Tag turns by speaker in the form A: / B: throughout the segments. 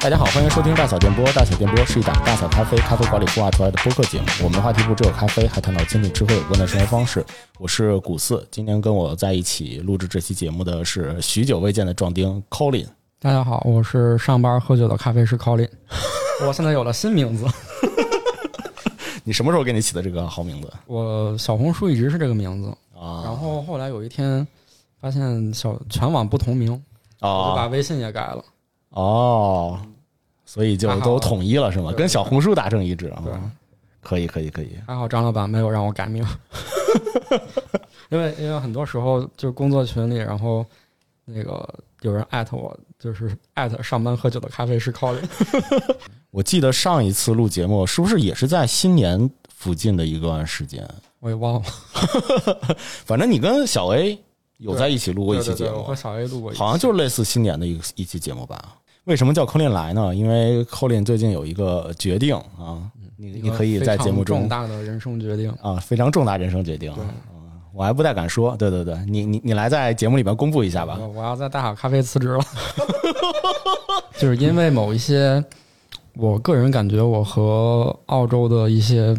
A: 大家好，欢迎收听大小电波。大小电波是一档大小咖啡咖啡馆里孵化出来的播客节目。我们的话题不只有咖啡，还探讨亲密智慧有关的生活方式。我是古四，今天跟我在一起录制这期节目的是许久未见的壮丁 Colin。
B: 大家好，我是上班喝酒的咖啡 师 Colin，我现在有了新名字，
A: 你什么时候给你起的这个好名字
B: 我小红书一直是这个名字，然
A: 啊？
B: 后后来有一天发现小全网不同名，我就把
A: 哦
B: 微信也改了，
A: 哦，所以就
B: 还好
A: 都统一了是吗？
B: 对
A: 跟小红书达成一致啊
B: 对，！
A: 可以可以可以。
B: 还好张老板没有让我 改名，因为因为很多时候就是工作群里，然后那个有人艾特我，就是艾特上班喝酒的咖啡师 Colin，
A: 我记得上一次录节目是不是也是在新年附近的一段时间？
B: 我也忘了
A: 反正你跟小 A 有在一起录过一期
B: 对对
A: 节
B: 对我
A: 目
B: 和，小 A 录过一期，
A: 好像就是类似新年的一个一期节目吧？为什么叫 Colin 来呢？因为 Colin 最近有一个决定啊，你
B: 一
A: 你
B: 个
A: 可以在节目
B: 非常重
A: 中
B: 大的人生决定，
A: 啊非常重大人生决定
B: 对
A: 啊，我还不太敢说。对对对，你你你来在节目里边公布一下吧
B: 我。我要在大好咖啡辞职了， 就是因为某一些，我个人感觉我和澳洲的一些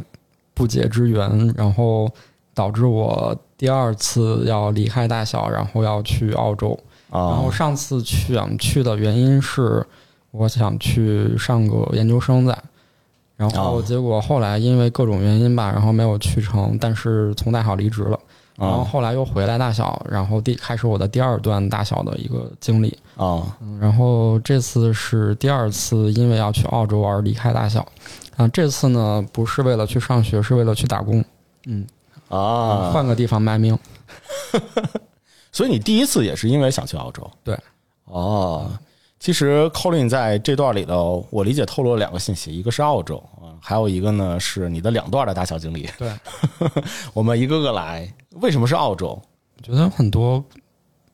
B: 不解之缘，然后导致我第二次要离开大小，然后要去澳洲。然
A: 啊
B: 后上次去想去的原因是，我想去上个研究生在，然后
A: 哦
B: 结果后来因为各种原因吧，然后没有去成，但是从大好离职了。然后
A: 啊
B: 后来又回来大小，然后第开始我的第二段大小的一个经历。
A: 啊！
B: 嗯，然后这次是第二次因为要去澳洲而离开大小。啊，这次呢不是为了去上学，是为了去打工。嗯，
A: 啊，
B: 换个地方卖命。
A: 所以你第一次也是因为想去澳洲？
B: 对。
A: 哦，其实 Colin 在这段里头，我理解透露了两个信息，一个是澳洲啊，还有一个呢是你的两段的大小经历。
B: 对，
A: 我们一个个来。为什么是澳洲？
B: 我觉得有很多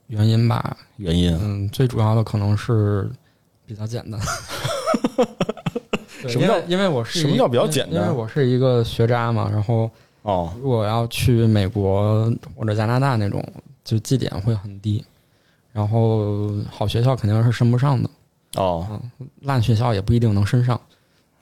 B: 原因吧，
A: 原因
B: 嗯，最主要的可能是比较简单。 对
A: 什么叫
B: 因为因为我是一
A: 什么叫比较简单
B: 因为我是一个学渣嘛，然后
A: 哦
B: 如果要去美国或者加拿大那种，就绩点会很低，然后好学校肯定是升不上的，
A: 哦
B: 烂学校也不一定能升上。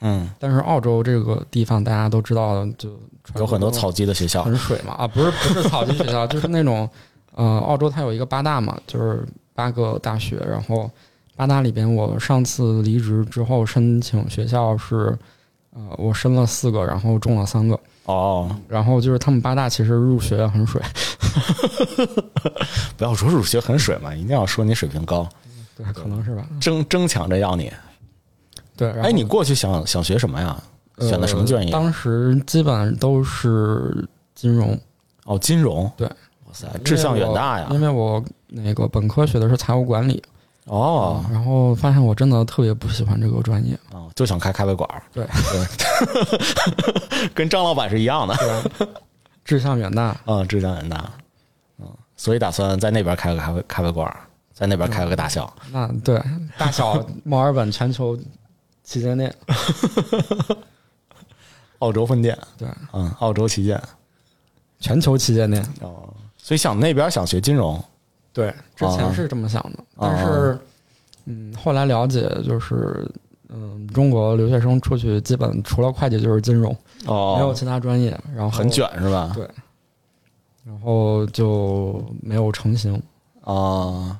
A: 嗯，
B: 但是澳洲这个地方大家都知道，就
A: 有很多草鸡的学校
B: 很水嘛啊，不是不是草级学 校，就是那种呃，澳洲它有一个八大嘛，就是八个大学，然后八大里边，我上次离职之后申请学校是呃，我申了四个，然后中了三个。
A: 哦，
B: 然后就是他们八大其实入学很水，
A: 不要说入学很水嘛，一定要说你水平高，
B: 对，可能是吧。
A: 争争抢着要你。
B: 对，然后
A: 哎，你过去想想学什么呀？选的什么专
B: 呃
A: 业？
B: 当时基本上都是金融，
A: 哦，金融。
B: 对，
A: 哇塞，哎志向远大呀
B: 因！为我那个本科学的是财务管理，
A: 哦，
B: 然后发现我真的特别不喜欢这个专业，
A: 哦，就想开咖啡馆儿。
B: 对
A: 对， 跟张老板是一样的。
B: 志向远大，
A: 嗯，志向远大。嗯，所以打算在那边开个咖啡咖啡馆儿，在那边开个大校。
B: 那对大小墨尔本全球旗舰店，
A: 澳洲分店。
B: 对，
A: 嗯，澳洲旗舰。
B: 全球旗舰店，
A: 哦，所以想那边想学金融。
B: 对，之前是这么想的，
A: 哦
B: 但是嗯，后来了解就是。嗯，中国留学生出去基本除了会计就是金融，
A: 哦，
B: 没有其他专业，然后
A: 很，卷是吧？
B: 对，然后就没有成型，
A: 啊，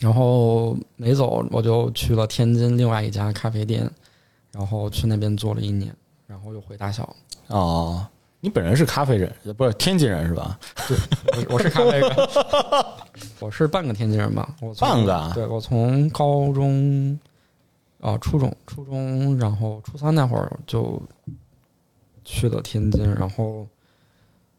B: 然后没走，我就去了天津另外一家咖啡店，然后去那边做了一年，然后又回大小。
A: 哦，你本人是咖啡人，不是天津人是吧？
B: 我是我是咖啡人，我是半个天津人吧。我从
A: 半个啊
B: 对我从高中啊、初中初中，然后初三那会儿就去了天津，然后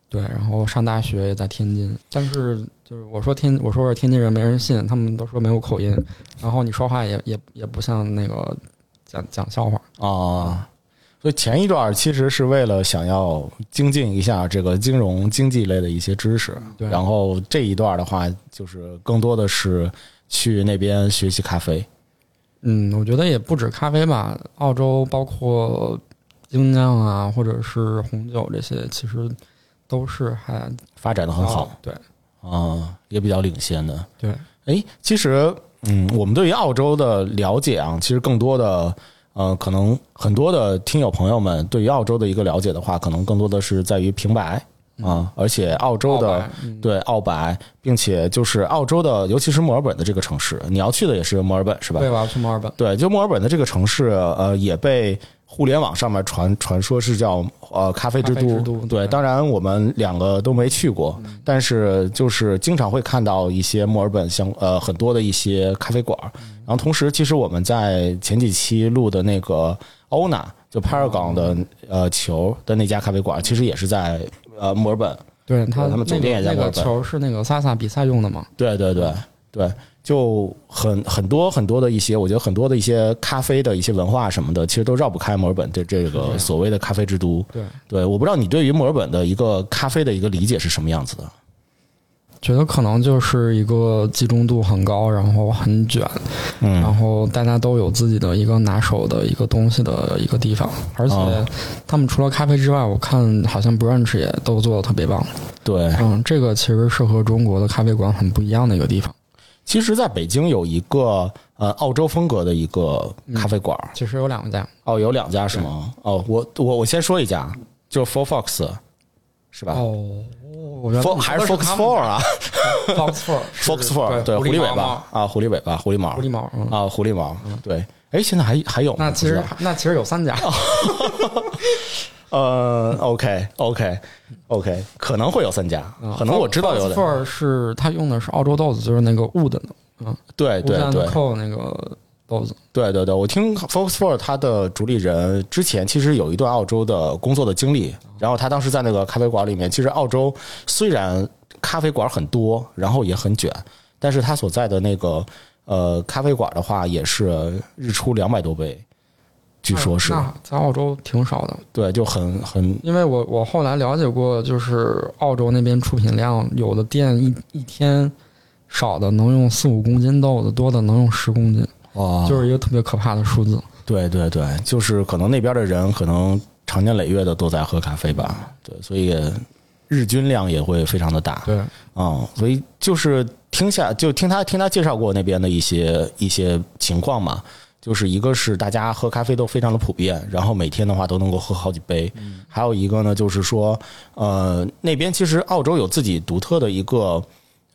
B: 对，然后上大学也在天津。但是就是我说天我说我是天津人，没人信，他们都说没有口音，然后你说话也也也不像那个讲讲笑话。
A: 哦，所以前一段其实是为了想要精进一下这个金融经济类的一些知识，
B: 对
A: 然后这一段的话，就是更多的是去那边学习咖啡。
B: 嗯，我觉得也不止咖啡吧，澳洲包括精酿啊，或者是红酒这些，其实都是还
A: 发展的很好
B: 哦对
A: 啊、也比较领先的。
B: 对，
A: 哎，其实嗯，我们对于澳洲的了解啊，其实更多的，呃，可能很多的听友朋友们对于澳洲的一个了解的话，可能更多的是在于平白啊、而且澳洲的
B: 嗯澳白嗯
A: 对澳白，并且就是澳洲的，尤其是墨尔本的这个城市，你要去的也是墨尔本是吧？
B: 对吧？去墨尔本，
A: 对，就墨尔本的这个城市，呃，也被互联网上面传传说是叫呃咖啡之
B: 咖啡
A: 都。
B: 之都
A: 对，
B: 对嗯
A: 当然我们两个都没去过，但是就是经常会看到一些墨尔本相呃很多的一些咖啡馆儿。
B: 嗯
A: 然后同时，其实我们在前几期录的那个欧娜，就 Paragon
B: 哦
A: 的呃球的那家咖啡馆儿，其实也是在呃墨尔本。
B: 对他
A: 他们酒店也在
B: 那
A: 墨
B: 个
A: 尔本
B: 那个球是那个萨萨比赛用的嘛？
A: 对对
B: 嗯
A: 对对，就很很多很多的一些，我觉得很多的一些咖啡的一些文化什么的，其实都绕不开墨尔本这这
B: 是这啊
A: 个
B: 样
A: 所谓的咖啡之都。
B: 对，
A: 对，我不知道你对于墨尔本的一个咖啡的一个理解是什么样子的。
B: 觉得可能就是一个集中度很高，然后很卷，
A: 嗯
B: 然后大家都有自己的一个拿手的一个东西的一个地方，而且
A: 哦
B: 他们除了咖啡之外，我看好像 brunch 也都做的特别棒。
A: 对，
B: 嗯，这个其实是和中国的咖啡馆很不一样的一个地方。
A: 其实在北京有一个呃澳洲风格的一个
B: 嗯
A: 咖啡馆儿，
B: 其实有两家，
A: 哦，有两家是吗？哦，我我我先说一家，就是 Four Fox，是吧？
B: 哦，我觉
A: Four
B: 得
A: 还是 Fox Four 啊
B: Fox Four
A: ，Fox Four 对，
B: 狐
A: 狐狸尾
B: 毛
A: 巴
B: 嘛，
A: 啊，狐狸尾巴，狐狸毛
B: 狐狸毛。嗯，
A: 啊，狐狸毛，对。哎，现在还还有吗？
B: 那其
A: 不知道
B: 实
A: 啊
B: 那其实有三家，
A: 呃，OK OK OK，可能会有三家，可能我知道有
B: 嗯 Fox
A: 的，
B: Four 是它用的是澳洲豆子，就是那个 wood 的，嗯，
A: 对对
B: Wood and
A: 对
B: Co 那个豆子。
A: 对对对，我听 Fox Four 他的主理人之前其实有一段澳洲的工作的经历，
B: 嗯
A: 然后他当时在那个咖啡馆里面，其实澳洲虽然咖啡馆很多，然后也很卷，但是他所在的那个呃咖啡馆的话，也是日出两百多杯，据说是
B: 啊那那在澳洲挺少的，
A: 对，就很很
B: 因为我我后来了解过，就是澳洲那边出品量，有的店一一天少的能用四五公斤豆子，多的能用十公斤，
A: 哇
B: 就是一个特别可怕的数字。
A: 对对对，就是可能那边的人可能长年累月的都在喝咖啡吧，对，所以日均量也会非常的大，
B: 对，
A: 嗯，所以就是听下就听他听他介绍过那边的一些一些情况嘛，就是一个是大家喝咖啡都非常的普遍，然后每天的话都能够喝好几杯，还有一个呢就是说，呃，那边其实澳洲有自己独特的一个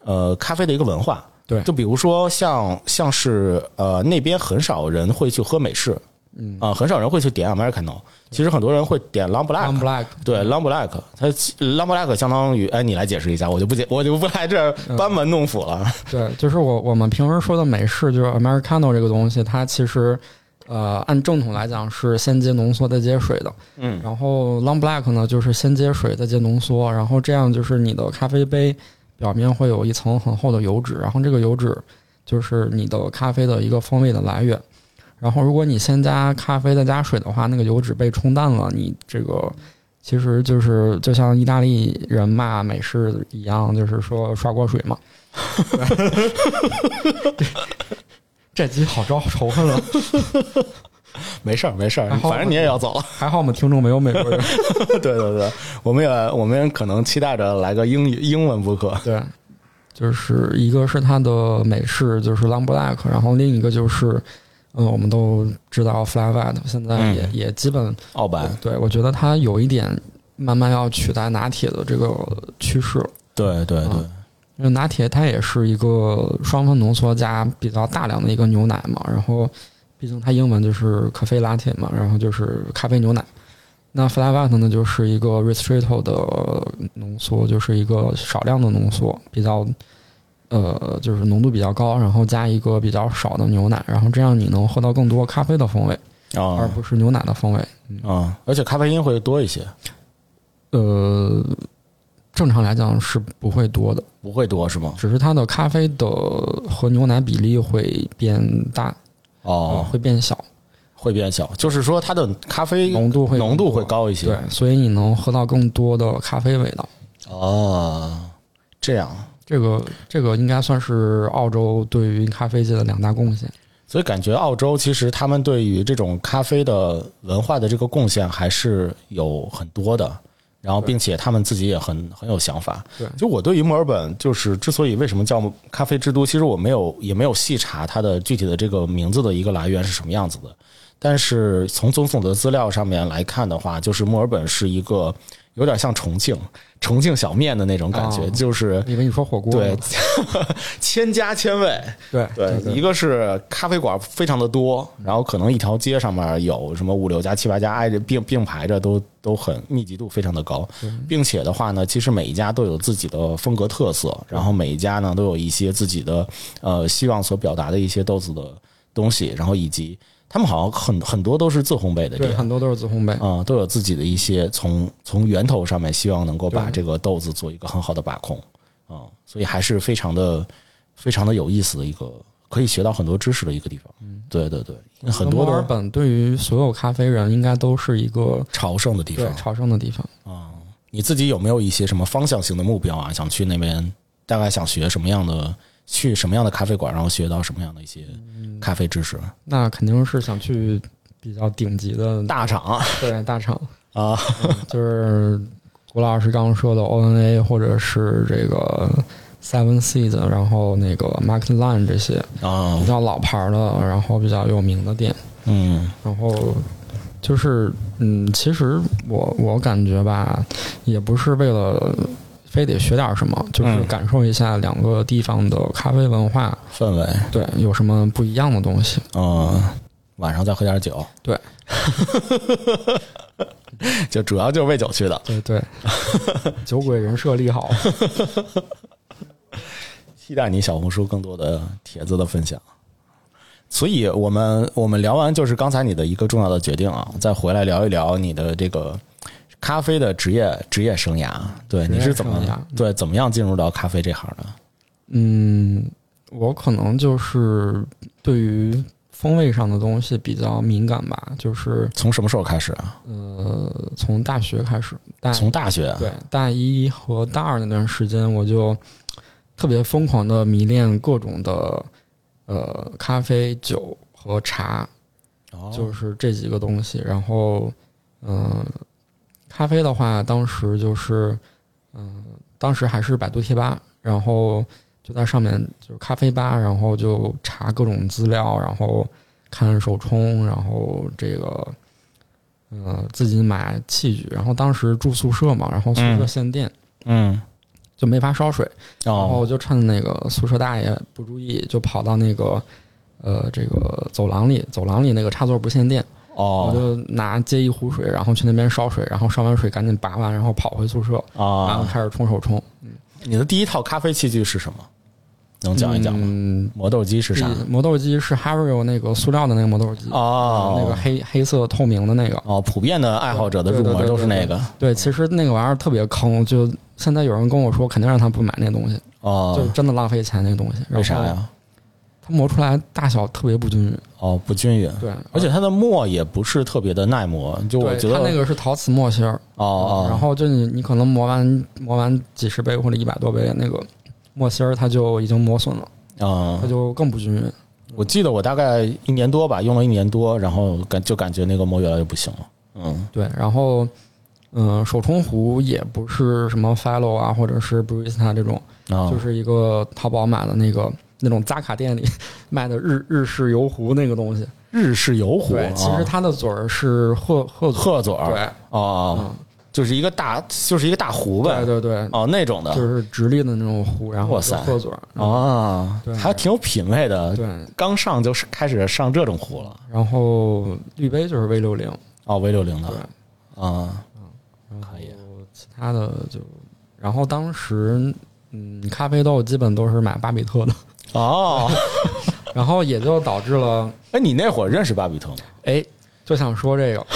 A: 呃咖啡的一个文化，
B: 对
A: 就比如说像像是呃那边很少人会去喝美式。
B: 嗯
A: 啊、很少人会去点 Americano，其实很多人会点 Long Black，
B: ，One Black
A: 对，Long Black，它 Long Black 相当于，哎，你来解释一下，我就不解，我就不来这儿班门弄斧了。
B: 对，就是我我们平时说的美式，就是 Americano 这个东西，它其实。呃，按正统来讲是先接浓缩再接水的，
A: 嗯，
B: 然后 long black 呢就是先接水再接浓缩，然后这样就是你的咖啡杯表面会有一层很厚的油脂，然后这个油脂就是你的咖啡的一个风味的来源。然后如果你先加咖啡再加水的话，那个油脂被冲淡了，你这个其实就是就像意大利人骂美式一样，就是说刷锅水嘛。这集好招仇恨啊了，
A: 没事儿，没事儿，
B: 然后
A: 反正你也要走了。
B: 还好我们听众没有美国人。
A: 对对对，我们也我们可能期待着来个英语英文播客。
B: 对，就是一个是它的美式，就是 Long Black，然后另一个就是，嗯，我们都知道 Flat White，现在也、
A: 嗯
B: 也基本
A: 澳版，
B: 对我觉得它有一点慢慢要取代拿铁的这个趋势了，
A: 对对对，
B: 因为拿铁它也是一个双酚浓缩加比较大量的一个牛奶嘛，然后毕竟它英文就是咖啡拿铁嘛，然后就是咖啡牛奶。那 flat white 呢，就是一个 ristretto 的浓缩，就是一个少量的浓缩，比较呃就是浓度比较高，然后加一个比较少的牛奶，然后这样你能喝到更多咖啡的风味，而
A: 啊
B: 不是牛奶的风味。
A: 啊，而且咖啡因会多一些，
B: 呃，正常来讲是不会多的。
A: 不会多是吗？
B: 只是它的咖啡的和牛奶比例会变大，呃
A: 哦，
B: 会变小，
A: 会变小，就是说它的咖啡
B: 浓度会
A: 浓度会
B: 更多。
A: 高一些。
B: 对，所以你能喝到更多的咖啡味道。
A: 哦，这样，
B: 这个这个应该算是澳洲对于咖啡界的两大贡献。
A: 所以感觉澳洲其实他们对于这种咖啡的文化的这个贡献还是有很多的。然后并且他们自己也很很有想法。
B: 对
A: 就我对于墨尔本，就是之所以为什么叫咖啡之都，其实我没有也没有细查它的具体的这个名字的一个来源是什么样子的。但是从总总的资料上面来看的话，就是墨尔本是一个有点像重庆重庆小面的那种感觉，
B: 哦
A: 就是
B: 以为你说火锅
A: 对
B: 呢，
A: 千家千味，
B: 对
A: 对，
B: 对
A: 一个是咖啡馆非常的多，然后可能一条街上面有什么五六家、七八家挨着并并排着都，都很密集度非常的高，
B: 嗯
A: 并且的话呢，其实每一家都有自己的风格特色，然后每一家呢都有一些自己的呃希望所表达的一些豆子的东西，然后以及他们好像很很多都是自烘焙的
B: 对
A: 这
B: 对，
A: 样。
B: 很多都是自烘焙。
A: 啊、都有自己的一些从从源头上面，希望能够把
B: 对
A: 这个豆子做一个很好的把控，啊、所以还是非常的非常的有意思的一个，可以学到很多知识的一个地方。嗯，对对对，很多
B: 墨尔
A: 的
B: 本对于所有咖啡人应该都是一个
A: 朝圣的地
B: 对
A: 方。
B: 朝圣的地方。
A: 你自己有没有一些什么方向性的目标啊？想去那边，大概想学什么样的，去什么样的咖啡馆，然后学到什么样的一些咖啡知识？
B: 那肯定是想去比较顶级的
A: 大厂
B: 对大厂，
A: 啊，
B: 就是古老师刚刚说的 ONA 或者是这个 Seven Seed，然后那个 Market Line 这些
A: 啊
B: 比，较老牌儿的，然后比较有名的店，
A: 嗯
B: 然后。就是，嗯，其实我我感觉吧，也不是为了非得学点什么，就是
A: 嗯
B: 感受一下两个地方的咖啡文化，
A: 氛围
B: 对，有什么不一样的东西？
A: 嗯，晚上再喝点酒。
B: 对，
A: 就主要就是为酒去的。
B: 对对，酒鬼人设立好。
A: 期待你小红书更多的帖子的分享。所以，我们我们聊完就是刚才你的一个重要的决定啊，再回来聊一聊你的这个咖啡的职业职业生涯。对，
B: 职业
A: 你是怎
B: 生涯
A: 么对怎么样进入到咖啡这行的？
B: 嗯，我可能就是对于风味上的东西比较敏感吧，就是
A: 从什么时候开始啊？
B: 呃，从大学开始，大
A: 从大学
B: 对大一和大二那段时间，我就特别疯狂的迷恋各种的呃咖啡、酒和茶，
A: 哦
B: 就是这几个东西。然后，嗯、咖啡的话，当时就是，嗯、当时还是百度贴吧，然后就在上面就是咖啡吧，然后就查各种资料，然后看手冲，然后这个，呃，自己买器具。然后当时住宿舍嘛，然后宿舍
A: 嗯
B: 限电。
A: 嗯
B: 就没法烧水，然后
A: 哦
B: 我就趁那个宿舍大爷不注意，就跑到那个，呃，这个走廊里，走廊里那个插座不限电，我
A: 哦
B: 就拿接一壶水，然后去那边烧水，然后烧完水赶紧拔完，然后跑回宿舍，然后
A: 啊！
B: 开始冲手冲。
A: 你的第一套咖啡器具是什么？能讲一讲吗？
B: 嗯，
A: 磨豆机是啥？
B: 磨豆机是 Hario 那个塑料的那个磨豆机，
A: 哦，
B: 那个黑黑色透明的那个。
A: 哦，普遍的爱好者的
B: 对
A: 入
B: 对
A: 门
B: 对
A: 都是
B: 对
A: 那个
B: 对，其实那个玩意儿特别坑，就现在有人跟我说，肯定让他不买那东西，就
A: 哦
B: 是，真的浪费钱那个东西。
A: 为啥？呀？
B: 它磨出来大小特别不均匀。
A: 哦，不均匀，
B: 对，
A: 而且它的沫也不是特别的耐磨，就我
B: 对
A: 觉
B: 它
A: 得
B: 那个是陶瓷墨芯儿，
A: 哦哦，
B: 然后就你你可能磨完磨完几十杯或者一百多杯那个墨芯儿，它就已经磨损了，它
A: 嗯，
B: 就更不均匀。
A: 我记得我大概一年多吧，用了一年多，然后感就感觉那个膜越来越不行了，嗯
B: 对，然后嗯、手冲壶也不是什么 Fellow 啊，或者是 Barista 这种，
A: 啊，
B: 就是一个淘宝买的那个那种杂卡店里 卖的日日式油壶那个东西。
A: 日式油壶，
B: 对，其实
A: 啊
B: 它的嘴儿是鹤鹤嘴，
A: 鹤嘴儿
B: 对，
A: 哦，
B: 嗯，
A: 就是一个大就是一个大壶呗
B: 对，对对，
A: 哦那种的
B: 就是直立的那种壶，然后
A: 哇塞
B: 鹤嘴儿。
A: 啊
B: 对，
A: 还挺有品位的，
B: 对，
A: 刚上就是开始上这种壶了，
B: 然后滤杯就是 V 六零，
A: 哦 V 六零
B: 对，
A: 的啊，
B: 然后
A: 可以
B: 其他的就，然后当时嗯，咖啡豆基本都是买巴比特的，
A: 哦，
B: 然后也就导致了，
A: 哎，你那会儿认识巴比特吗？
B: 哎，就想说这个，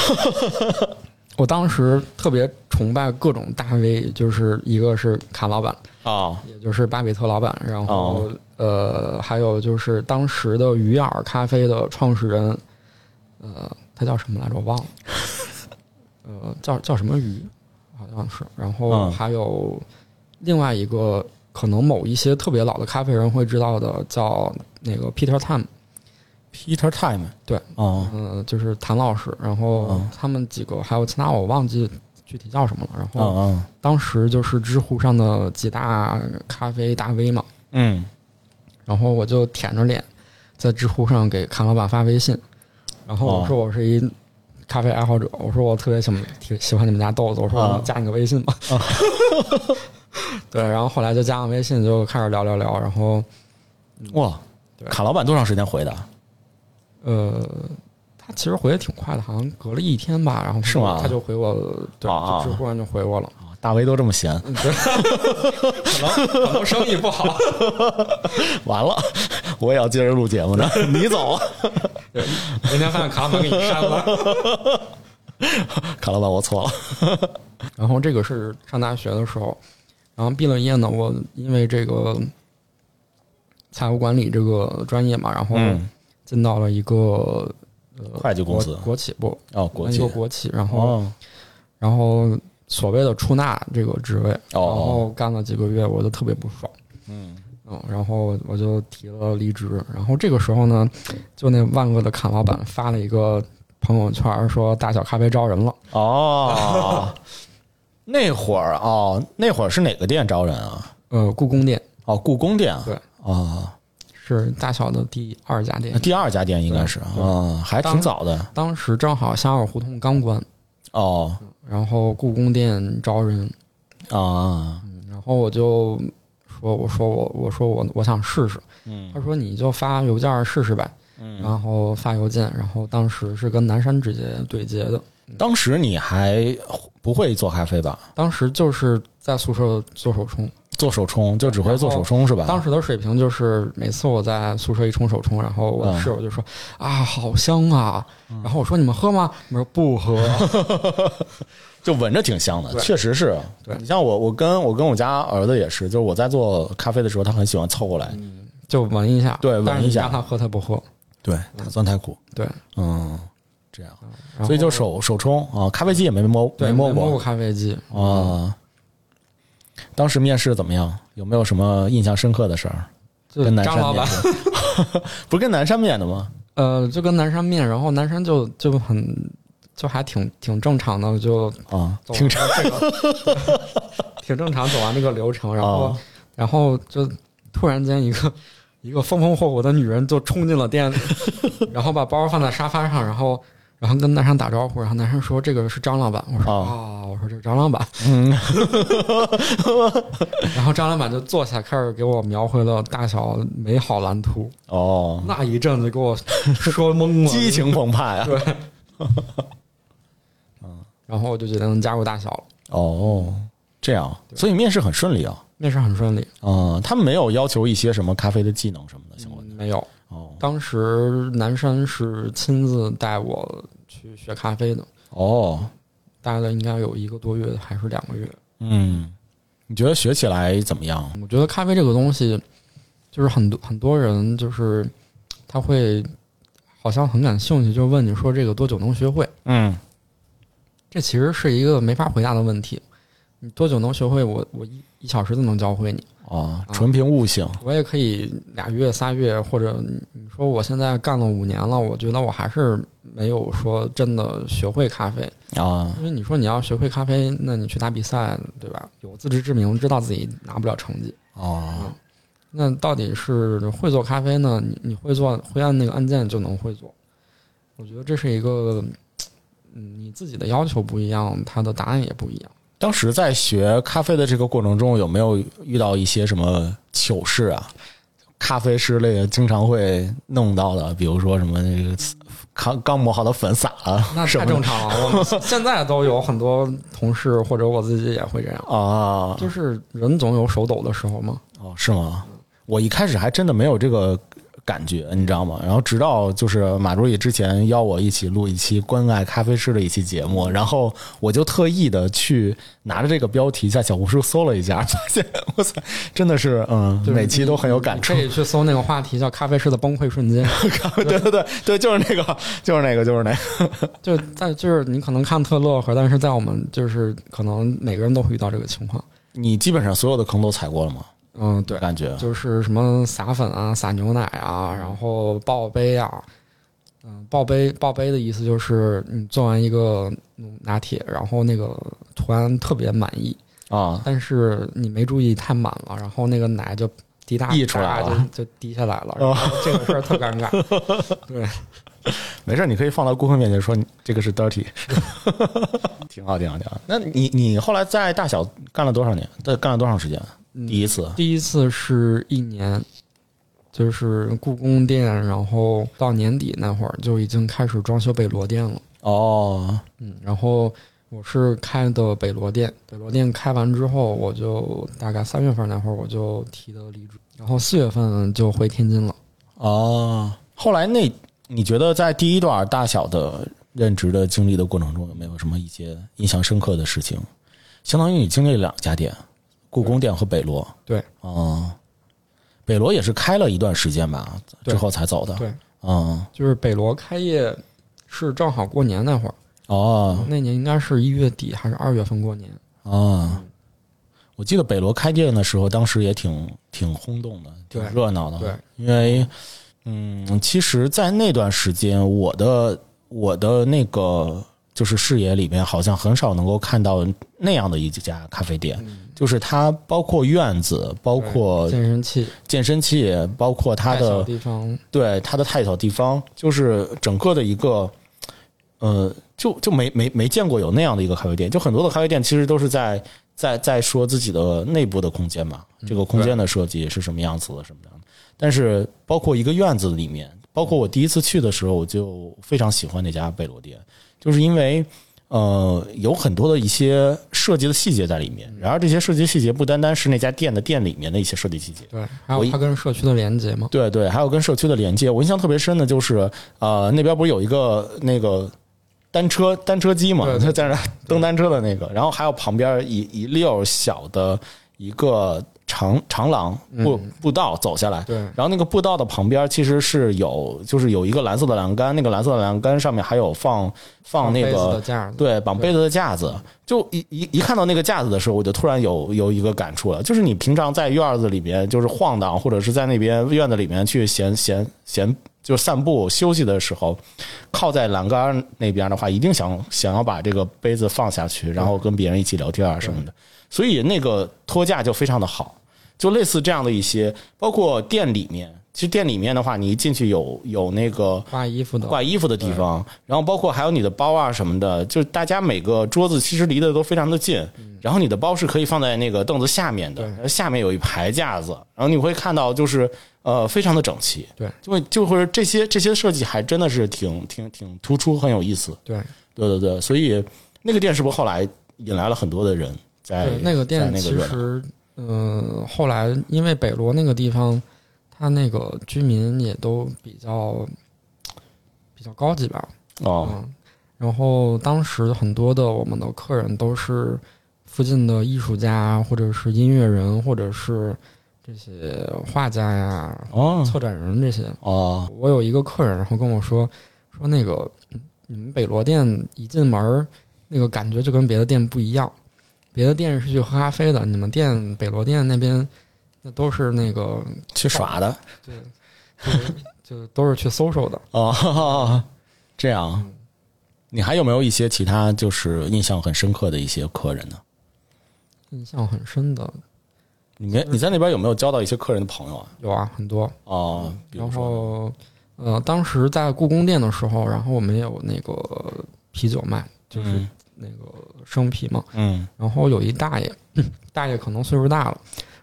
B: 我当时特别崇拜各种大 V，就是一个是卡老板，
A: 哦
B: 也就是巴比特老板，然后、呃，还有就是当时的鱼饵咖啡的创始人，呃，他叫什么来着？我忘了，呃，叫叫什么鱼，好像是。然后
A: 嗯
B: 还有另外一个，可能某一些特别老的咖啡人会知道的，叫那个 Peter Tam，
A: ，Peter Time，
B: 对，
A: 哦，
B: 嗯、就是谭老师。然后
A: 嗯
B: 他们几个还有其他我忘记具体叫什么了。然后
A: 嗯
B: 当时就是知乎上的几大咖啡大 V 嘛，
A: 嗯
B: 然后我就舔着脸在知乎上给康老板发微信，然后我说我是一咖啡爱好者，我说我特别喜欢挺喜欢你们家豆子，我说
A: 啊
B: 我加你个微信吧。 对，然后后来就加上微信，就开始聊聊聊，然后
A: 嗯，哇，
B: 对
A: 卡老板多长时间回的？啊
B: 呃，他其实回的挺快的，好像隔了一天吧，然后他
A: 是吗
B: 他就回我，对，
A: 啊
B: 就知乎上就回我了。
A: 啊大 V 都这么闲，
B: 嗯可能生意不好，
A: 完了，我也要接着录节目 呢，你走，啊
B: 明天发现卡老板给你删了。
A: 卡老板，我错了。
B: 然后这个是上大学的时候，然后毕了业呢，我因为这个财务管理这个专业嘛，然后
A: 嗯，
B: 进到了一个呃
A: 会计公
B: 国
A: 司
B: 国企部，
A: 哦，国
B: 一
A: 际
B: 个国企，然后、
A: 哦
B: 然后所谓的出纳这个职位，
A: 哦
B: 然后干了几个月，我就特别不爽。
A: 嗯
B: 嗯，然后我就提了离职。然后这个时候呢，就那万恶的侃老板发了一个朋友圈，说大小咖啡招人了。
A: 哦，那会儿哦，那会儿是哪个店招人啊？
B: 呃，故宫店
A: 哦，故宫店啊
B: 对
A: 哦，
B: 是大小的第二家
A: 那
B: 店，
A: 第二家店应该是啊、
B: 对
A: 哦还挺早的
B: 当时正好香尔胡同刚关，
A: 哦
B: 然后故宫店招人，
A: 啊，
B: 然后我就说，我说我我说我我想试试。
A: 嗯
B: 他说你就发邮件试试呗，
A: 嗯，
B: 然后发邮件，然后当时是跟南山直接对接的，
A: 当时你还不会做咖啡吧？
B: 当时就是在宿舍做手冲。
A: 做手冲就只会做手冲是吧？
B: 当时的水平就是，每次我在宿舍一冲手冲，然后我
A: 嗯
B: 的室友就说：“啊，好香啊！”然后我说：“你们喝吗？”他们说：“不喝。
A: 就闻着挺香的，
B: 对
A: 确实是。
B: 对
A: 你像我，我跟我跟我家儿子也是，就是我在做咖啡的时候，他很喜欢凑过来，”
B: 嗯就闻一下，
A: 对闻一下
B: 但是你让他喝，他不喝。
A: 对，打酸太苦，
B: 对，
A: 嗯，这样，
B: 然后
A: 所以就手手冲啊，咖啡机也没摸，
B: 对
A: 摸
B: 摸
A: 过
B: 过咖啡机。
A: 啊。当时面试怎么样？有没有什么印象深刻的事儿？
B: 就
A: 跟南
B: 呃张
A: 山
B: 老
A: 面
B: 板，
A: 试， 不是跟南山面的吗？
B: 呃，就跟南山面，然后南山就就很就还挺挺正常的，就
A: 啊，
B: 走
A: 挺
B: 完这个 挺正常走完这个流程，然后
A: 啊
B: 然后就突然间一个一个风风火火的女人就冲进了店，然后把包放在沙发上，然后然后跟男生打招呼，然后男生说这个是张老板，我说
A: 哦
B: 啊、我说这是张老板，
A: 嗯，
B: 然后张老板就坐下开始给我描绘了大小美好蓝图，
A: 哦，
B: 那一阵子给我说懵了，
A: 激情澎湃啊！
B: 对，然后我就决定加入大小了，
A: 哦，这样，所以面试很顺利啊。
B: 面试很顺利，
A: 啊，他们没有要求一些什么咖啡的技能什么的相关的
B: 没有。
A: 哦
B: 当时南山是亲自带我去学咖啡的，
A: 哦，
B: 待了应该有一个多月还是两个月。
A: 嗯，你觉得学起来怎么样？
B: 我觉得咖啡这个东西，就是很多很多人就是他会好像很感兴趣，就问你说这个多久能学会？
A: 嗯
B: 这其实是一个没法回答的问题。你多久能学会？我我一一小时就能教会你。
A: 啊，纯凭悟性
B: 我也可以俩月、仨月，或者你说我现在干了五年了，我觉得我还是没有说真的学会咖啡。
A: 啊，
B: 因为你说你要学会咖啡，那你去打比赛，对吧？有自知之明，知道自己拿不了成绩。
A: 哦，
B: 那到底是会做咖啡呢？你你会做，会按那个按键就能会做。我觉得这是一个，嗯，你自己的要求不一样，它的答案也不一样。
A: 当时在学咖啡的这个过程中，有没有遇到一些什么糗事啊？咖啡师类的经常会弄到的，比如说什么那个刚刚磨好的粉洒了，
B: 那
A: 什
B: 太
A: 么
B: 正常了。我们现在都有很多同事或者我自己也会这样，
A: 啊，
B: 就是人总有手抖的时候嘛。
A: 哦，是吗？我一开始还真的没有这个感觉，你知道吗？然后直到就是马助理之前邀我一起录一期关爱咖啡师的一期节目，然后我就特意的去拿着这个标题在小红书搜了一下， 发现我操，真的是嗯，
B: 就是
A: 每期都很有感
B: 你
A: 触
B: 可。以去搜那个话题叫“咖啡师的崩溃 瞬间
A: 对对对对，就是那个，就是那个，就是那个。”，
B: 就在就是你可能看特乐呵，但是在我们就是可能每个人都会遇到这个情况。
A: 你基本上所有的坑都踩过了吗？
B: 嗯，对。
A: 感觉
B: 就是什么撒粉啊、撒牛奶啊，然后爆杯啊，嗯，报杯报杯的意思就是你做完一个嗯拿铁，然后那个图案特别满意，
A: 啊，
B: 但是你没注意太满了，然后那个奶就滴答
A: 溢出来了
B: 就就滴下来 了，然后这个事儿特尴尬。对，
A: 没事儿，你可以放到顾客面前说你这个是 dirty，挺好，挺好，挺好。那你你后来在大小干了多少年？在干了多长时间？
B: 嗯
A: 第一次
B: 第一次是一年，就是故宫店，然后到年底那会儿就已经开始装修北罗店了。
A: 哦，
B: 嗯，然后我是开的北罗店，北罗店开完之后，我就大概三月份那会儿我就提的离职，然后四月份就回天津了。
A: 哦，后来那你觉得在第一段大小的任职的经历的过程中，有没有什么一些印象深刻的事情？相当于你经历了两家店，故宫店和北罗。
B: 对，
A: 哦，北罗也是开了一段时间吧，
B: 对
A: 之后才走的。
B: 对，
A: 嗯，
B: 就是北罗开业是正好过年那会儿，
A: 哦，
B: 那年应该是一月底还是二月份过年。
A: 啊，我记得北罗开店的时候，当时也挺挺轰动的，挺
B: 对
A: 热闹的。
B: 对，
A: 因为嗯，其实，在那段时间，我的我的那个就是视野里面，好像很少能够看到那样的一家咖啡店，
B: 嗯
A: 就是它包括院子，包括
B: 健身器，
A: 健身器，包括它
B: 太小
A: 呃的
B: 地方，
A: 对它的太小地方，就是整个的一个，呃，就就没没没见过有那样的一个咖啡店。就很多的咖啡店其实都是在在在说自己的内部的空间嘛，这个空间的设计是什么样子的，什么样的。但是包括一个院子里面，包括我第一次去的时候，我就非常喜欢那家贝罗店，就是因为。呃，有很多的一些设计的细节在里面。然而，这些设计细节不单单是那家店的店里面的一些设计细节，
B: 对，还
A: 我
B: 有
A: 一
B: 它跟社区的连接嘛。
A: 对对，还有跟社区的连接。我印象特别深的就是，呃，那边不是有一个那个单车单车机嘛，
B: 对对
A: 就在那儿蹬单车的那个，然后还有旁边一一溜小的一个长长廊步步道走下来。
B: 嗯对，
A: 然后那个步道的旁边其实是有，就是有一个蓝色的栏杆，那个蓝色的栏杆上面还有放放那
B: 杯子
A: 个
B: 的架子，
A: 对，绑杯子的架子，就一一一看到那个架子的时候，我就突然有有一个感触了，就是你平常在院子里边就是晃荡，或者是在那边院子里面去闲闲闲就是散步休息的时候，靠在栏杆那边的话，一定想想要把这个杯子放下去，然后跟别人一起聊天啊什么的，所以那个托架就非常的好，就类似这样的一些，包括店里面，其实店里面的话，你一进去有有那个。
B: 挂衣服的，
A: 挂衣服的地方，然后包括还有你的包啊什么的，就是大家每个桌子其实离得都非常的近，然后你的包是可以放在那个凳子下面的，
B: 嗯对
A: 然后下面有一排架子，然后你会看到就是呃非常的整齐，
B: 对，
A: 就会就会这些这些设计还真的是挺挺挺突出，很有意思，
B: 对，
A: 对对对，所以那个店是不是后来引来了很多的人在
B: 对，那个
A: 在
B: 店
A: 那个
B: 其
A: 热闹
B: 实，呃，后来因为北罗那个地方，它那个居民也都比较比较高级吧，
A: 哦
B: 嗯，然后当时很多的我们的客人都是附近的艺术家，啊或者是音乐人，或者是这些画家呀、
A: 哦
B: 策展人这些，
A: 哦
B: 我有一个客人，然后跟我说说那个嗯你们北罗店一进门儿，那个感觉就跟别的店不一样，别的店是去喝咖啡的，你们店北罗店那边那都是那个
A: 去耍的
B: 对，就是就都是去 social 的。
A: 哦，这样，你还有没有一些其他就是印象很深刻的一些客人呢？
B: 印象很深的
A: 你没你在那边有没有交到一些客人的朋友啊？
B: 有啊，很多。
A: 哦，比如
B: 然
A: 说
B: 后呃，当时在故宫店的时候，然后我们有那个啤酒卖，就是
A: 嗯
B: 那个生啤嘛。
A: 嗯
B: 然后有一大爷，大爷可能岁数大了，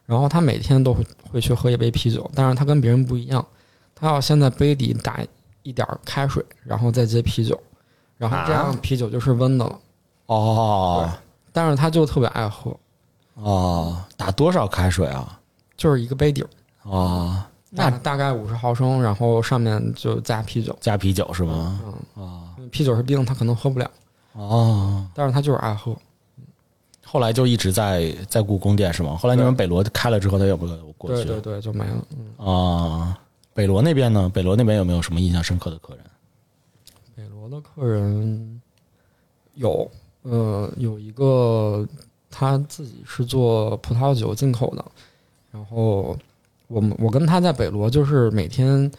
B: 然后他每天都会会去喝一杯啤酒，但是他跟别人不一样，他要先在杯底打一点儿开水，然后再接啤酒，然后这样
A: 啊
B: 啤酒就是温的了。
A: 哦
B: 但是他就特别爱喝，
A: 哦，打多少开水啊？
B: 就是一个杯底儿，
A: 哦，那
B: 大大概五十毫升，然后上面就加啤酒。
A: 加啤酒是吗？
B: 嗯，
A: 哦
B: 因为啤酒是冰，他可能喝不了，
A: 哦，
B: 但是他就是爱喝。
A: 后来就一直在在故宫店是吗？后来你们
B: 对
A: 北罗开了之后，他有没有过
B: 对
A: 去？
B: 对对，就没了。
A: 啊，北罗那边呢？北罗那边有没有什么印象深刻的客人？
B: 北罗的客人有，呃，有一个他自己是做葡萄酒进口的，然后我们我跟他在北罗就是每天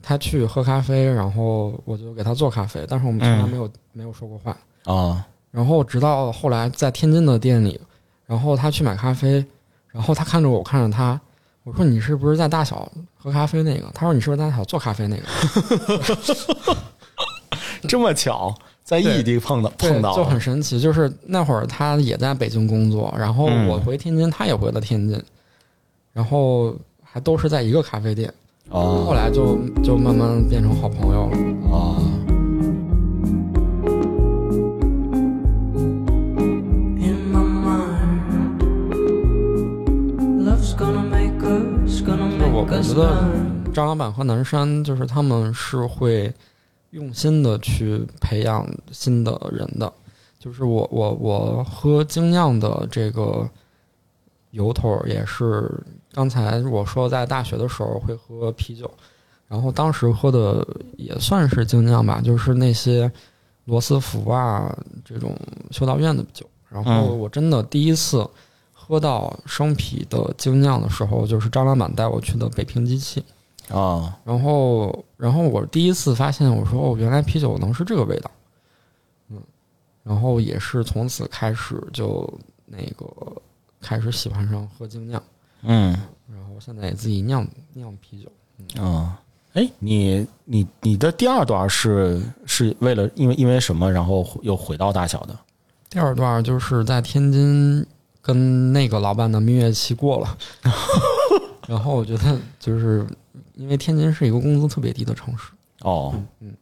B: 他去喝咖啡，然后我就给他做咖啡，但是我们从来没有、没有说过话。
A: 啊
B: 然后直到后来在天津的店里，然后他去买咖啡，然后他看着我，我看着他，我说你是不是在大小喝咖啡那个？他说你是不是在大小做咖啡那个？
A: 这么巧，在异地碰到
B: 对，
A: 碰到
B: 就
A: 了
B: 很神奇。就是那会儿他也在北京工作，然后
A: 嗯
B: 我回天津，他也回了天津，然后还都是在一个咖啡店。后
A: 哦
B: 来就就慢慢变成好朋友了。
A: 哦，
C: in my mind. Love's gonna make us, gonna
B: 就是我
C: make
B: 我
C: us
B: 觉得
C: blind.
B: 张老板和南山就是他们是会用心的去培养新的人的。就是我我我喝精酿的这个由头儿也是刚才我说在大学的时候会喝啤酒，然后当时喝的也算是精酿吧，就是那些罗斯福啊这种修道院的酒。然后
A: 嗯
B: 我真的第一次喝到生啤的精酿的时候，就是张老板带我去的北平机器。
A: 哦，
B: 然后，然后我第一次发现，我说哦，原来啤酒能是这个味道，嗯，然后也是从此开始就那个开始喜欢上喝精酿，
A: 嗯
B: 然后现在也自己酿酿啤酒。
A: 啊，哎，你你你的第二段是是为了因为因为什么，然后又回到大小的
B: 第二段就是在天津跟那个老板的蜜月期过了，然后我觉得就是因为天津是一个工资特别低的城市，
A: 哦，
B: 嗯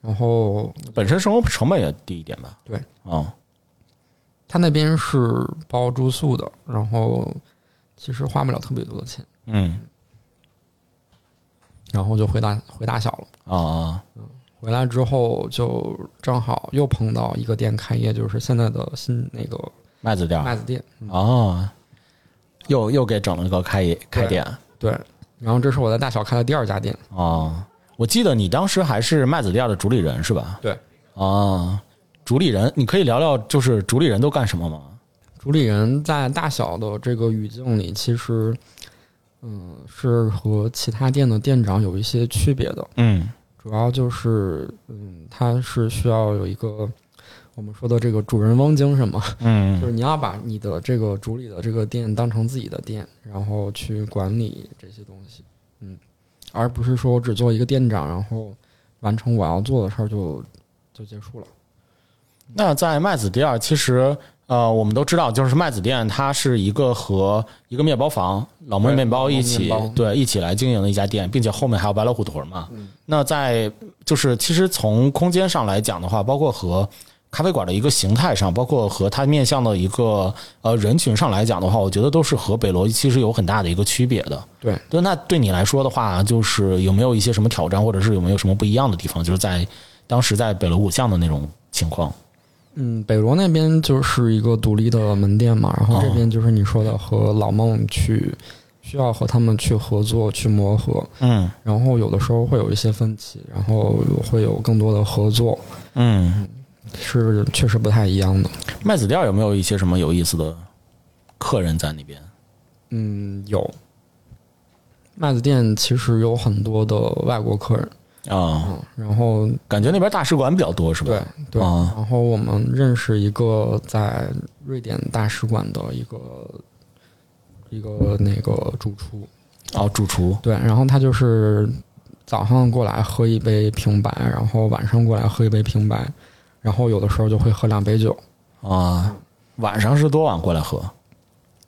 B: 然后
A: 本身生活成本也低一点吧？
B: 对，
A: 哦，
B: 他那边是包住宿的，然后其实花不了特别多的钱，
A: 嗯
B: 然后就回大回大小了。
A: 啊啊
B: 回来之后就正好又碰到一个店开业，就是现在的新那个
A: 麦子店儿
B: 麦子店。嗯
A: 哦，又又给整了个开业开店
B: 对，然后这是我在大小开的第二家店。
A: 哦，我记得你当时还是麦子店儿的主理人是吧？
B: 对，
A: 啊，主理人，你可以聊聊就是主理人都干什么吗？
B: 主理人在大小的这个语境里，其实，嗯，是和其他店的店长有一些区别的。
A: 嗯
B: 主要就是，嗯，他是需要有一个我们说的这个主人翁精神嘛，就
A: 嗯
B: 是你要把你的这个主理的这个店当成自己的店，然后去管理这些东西，嗯，而不是说我只做一个店长，然后完成我要做的事儿就就结束了。
A: 那在麦子店儿，其实呃，我们都知道，就是麦子店，它是一个和一个面包房老莫
B: 对
A: 面包一起
B: 老莫面包嗯
A: 对一起来经营的一家店，并且后面还有白老虎屯嘛。那在就是其实从空间上来讲的话，包括和咖啡馆的一个形态上，包括和它面向的一个呃人群上来讲的话，我觉得都是和北罗其实有很大的一个区别的。
B: 对，
A: 对，那对你来说的话，就是有没有一些什么挑战，或者是有没有什么不一样的地方？就是在当时在北罗五巷的那种情况。
B: 嗯，北罗那边就是一个独立的门店嘛，然后这边就是你说的和老孟去，需要和他们去合作去磨合，
A: 嗯
B: 然后有的时候会有一些分歧，然后会有更多的合作，
A: 嗯，
B: 是确实不太一样的。
A: 麦子店有没有一些什么有意思的客人在那边？
B: 嗯，有麦子店其实有很多的外国客人，
A: 啊、
B: 嗯，然后
A: 感觉那边大使馆比较多是吧？
B: 对对，
A: 啊
B: 然后我们认识一个在瑞典大使馆的一个一个那个主厨，
A: 哦，主厨
B: 对，然后他就是早上过来喝一杯平白，然后晚上过来喝一杯平白，然后有的时候就会喝两杯酒，
A: 啊，晚上是多晚过来喝？